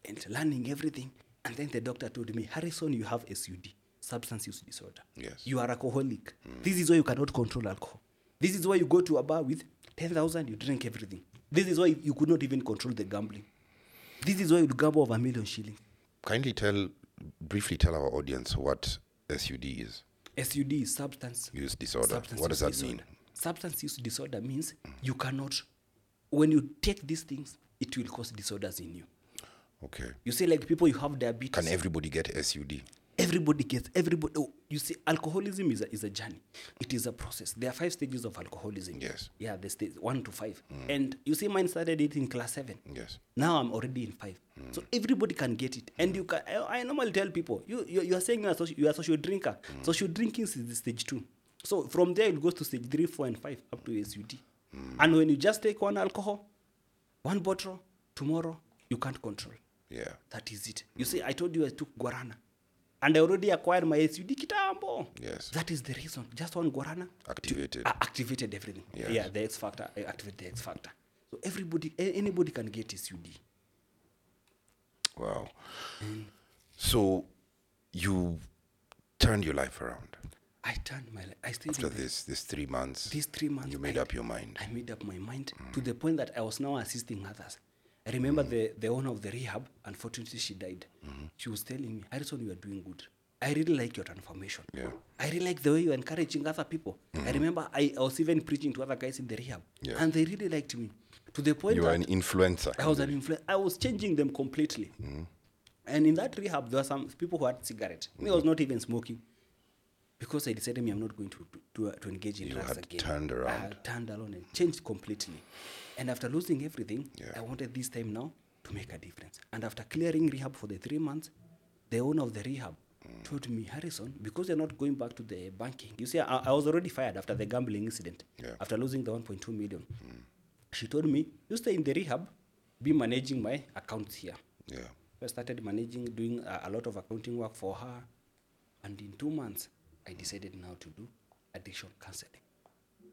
and learning everything and then the doctor told me harrison you have sud substance use disorder Yes. you are alcoholic this is why you cannot control alcohol this is why you go to a bar with 10000 you drink everything this is why you could not even control the gambling this is why you gamble over a million shillings Kindly tell, briefly tell our audience what SUD is. sud is substance Use disorder. Substance what does use that disorder. mean? Substance use disorder means you cannot, when you take these things, it will cause disorders in you. Okay. You see, like people, you have diabetes. Can everybody get SUD? everybody gets, everybody, oh, you see, alcoholism is a, is a journey. It is a process. There are five stages of alcoholism. Yes. Yeah, the stage one to five. And you see, mine started it in class seven. Yes. Now I'm already in five. So Hmm. everybody can get it. And you can, I, I normally tell people, you, you, you are saying you are, social, you are social drinker. Hmm. Social drinking is the stage two. So from there, it goes to stage three, four, and five up to SUD. Hmm. And when you just take one alcohol, one bottle, tomorrow, you can't control. Yeah. That is it. You see, I told you I took Guarana. And I already acquired my SUD kitambo. Yes. That is the reason. Just one Guarana. Activated. I activated everything. Yes. Yeah, the X factor. I activate the X factor. So everybody, a- anybody can get SUD. Wow. Mm. So you turned your life around I turned my life. I stayed after in the- this this three months. Mm. these three months. you made Mm. I, up your mind. I made up my mind to the point that I was now assisting others. I remember Mm. the, the owner of the rehab, unfortunately, she died. Mm-hmm. She was telling me, Harrison, you are doing good. I really like your transformation. Yeah. Mm-hmm. I really like the way you're encouraging other people. I remember I, I was even preaching to other guys in the rehab, Yeah. and they really liked me. To the point you were that an influencer. I was an influence. I was changing them completely. Mm-hmm. And in that rehab, there were some people who had cigarette. Me, I Mm-hmm. was not even smoking because I decided me I'm not going to to, to engage in You drugs had again. turned I around. had turned around and changed completely. And after losing everything, Yeah. I wanted this time now to make a difference. And after clearing rehab for the three months, the owner of the rehab Mm. told me, Harrison, because you're not going back to the banking. You see, I, I was already fired after the gambling incident, Yeah. after losing the 1.2 million. She told me, you stay in the rehab, be managing my accounts here. yeah. I started managing, doing uh, a, a lot of accounting work for her. And in two months, I decided now to do addiction counseling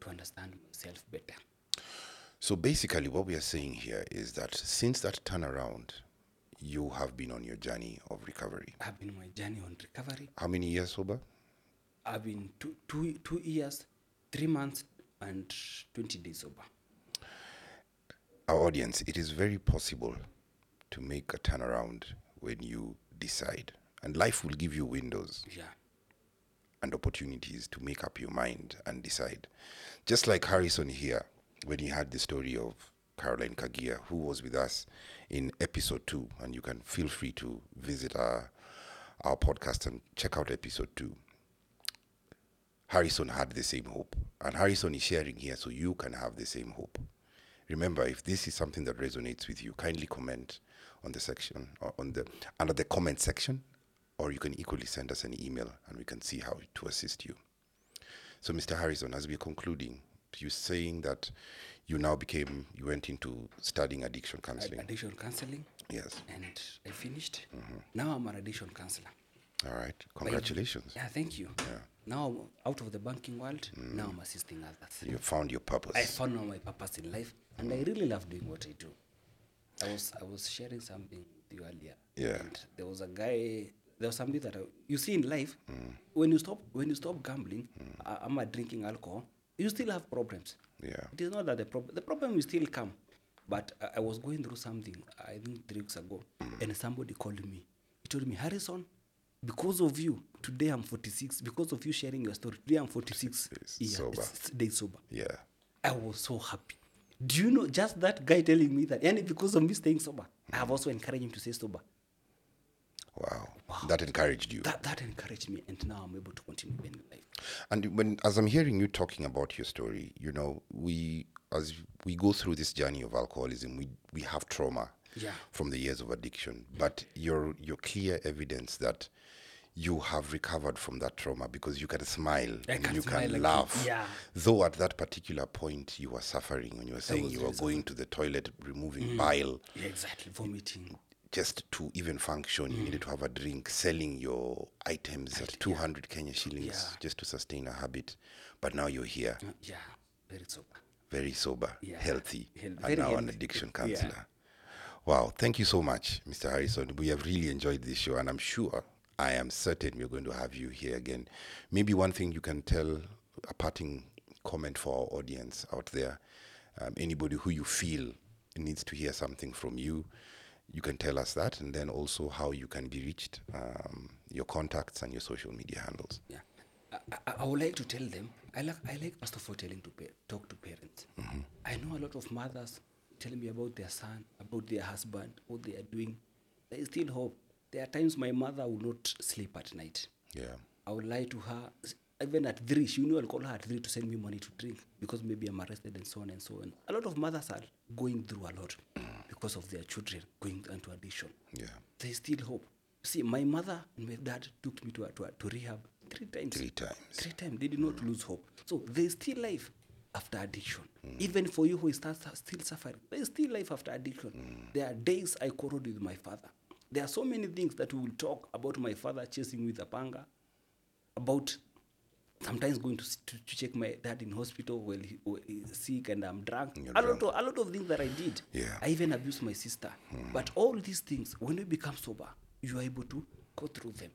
to understand myself better. So basically, what we are saying here is that since that turnaround, you have been on your journey of recovery. I've been on my journey on recovery. How many years sober? I've been two, two, two years, three months, and 20 days sober. Our audience, it is very possible to make a turnaround when you decide. And life will give you windows. Yeah. and opportunities to make up your mind and decide. Just like Harrison here, when he had the story of Caroline Kagia, who was with us in episode two, and you can feel free to visit our our podcast and check out episode two. Harrison had the same hope, and Harrison is sharing here so you can have the same hope. Remember, if this is something that resonates with you, kindly comment on the section or on the under the comment section, or you can equally send us an email and we can see how to assist you. So, Mr. Harrison, as we're concluding, you're saying that you now became you went into studying addiction counseling. Addiction counseling, Yes. and I finished. Now I'm an addiction counselor. All right. Congratulations. Yeah, thank you. Now I'm out of the banking world, now I'm assisting others. You found your purpose. I found out my purpose in life and I really love doing what I do. I was I was sharing something with you earlier. Yeah. And there was a guy there was something that I, you see in life Mm. when you stop when you stop gambling uh, am I drinking alcohol, you still have problems. Yeah. It is not that the problem the problem will still come. But I, I was going through something I think three weeks ago and somebody called me. He told me, Harrison, because of you, today I'm 46. Because of you sharing your story, today I'm 46 It's years sober. days sober. Yeah. I was so happy. Do you know just that guy telling me that? And because of me staying sober, I have also encouraged him to stay sober. Wow. That encouraged you. That, that encouraged me, and now I'm able to continue in life. And when, as I'm hearing you talking about your story, you know, we as we go through this journey of alcoholism, we we have trauma Yeah. from the years of addiction. But you're you're clear evidence that you have recovered from that trauma because you can smile I and can you smile can again. laugh. Yeah. Though at that particular point you were suffering when you were saying you were going to the toilet, removing Mm. bile Yeah, exactly. Vomiting. just to even function, you needed to have a drink, selling your items at 200 Kenya shillings Yeah. just to sustain a habit. But now you're here, Yeah, very sober. very sober, Yeah. healthy, Health- and very now an healthy. addiction Yeah. counselor. Wow, thank you so much, Mr. Harrison. We have really enjoyed this show, and I'm sure, I am certain we're going to have you here again. Maybe one thing you can tell a parting comment for our audience out there um, anybody who you feel needs to hear something from you, you can tell us that, and then also how you can be reached, um, your contacts, and your social media handles. Yeah. I, I, I would like to tell them, I like, I like first of all telling to pa- talk to parents. I know a lot of mothers tell me about their son, about their husband, what they are doing. There is still hope. There are times my mother will not sleep at night. Yeah, I would lie to her. s- Even at three, she knew I'll call her at three to send me money to drink because maybe I'm arrested and so on and so on. A lot of mothers are going through a lot because of their children going into addiction. yeah. There's still hope. See, my mother and my dad took me to, a- to, a- to rehab three times. Three times. Three times. They did not lose hope. So there's still life after addiction. Mm. Even for you who is start- still suffering, there's still life after addiction. Mm. There are days I quarreled with my father. There are so many things that we will talk about my father chasing with a panga, about sometimes going to, s- to, to check my dad in hospital while he, while he's sick and I'm drunk. You're A lot, of, a lot of things that I did. Yeah. I even abused my sister. But all these things, when you become sober, you are able to go through them.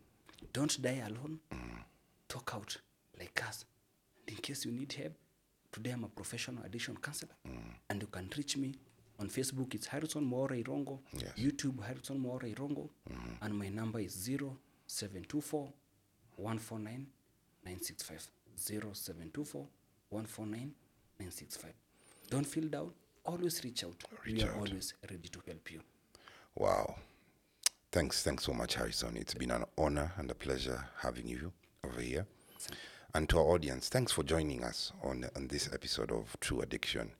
Don't die alone. Talk out like us. And in case you need help, today I'm a professional addiction counselor. And you can reach me on Facebook. It's Harrison Moore Irongo. Yes. YouTube, Harrison Moore Irongo. And my number is 0724 149 965. 0724 149 965. Don't feel down. Always reach out. we are always ready to help you. Wow. Thanks, thanks so much, Harrison. It's been an honor and a pleasure having you over here. And to our audience, thanks for joining us on, on this episode of True Addiction.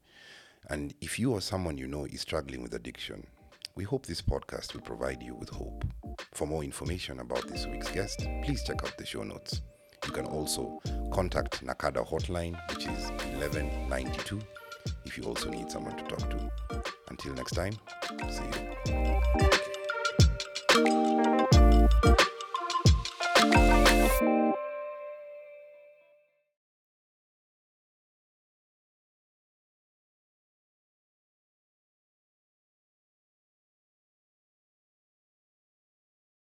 And if you or someone you know is struggling with addiction, we hope this podcast will provide you with hope. For more information about this week's guest, please check out the show notes. You can also contact Nakada Hotline, which is 1192, if you also need someone to talk to. Until next time, see you.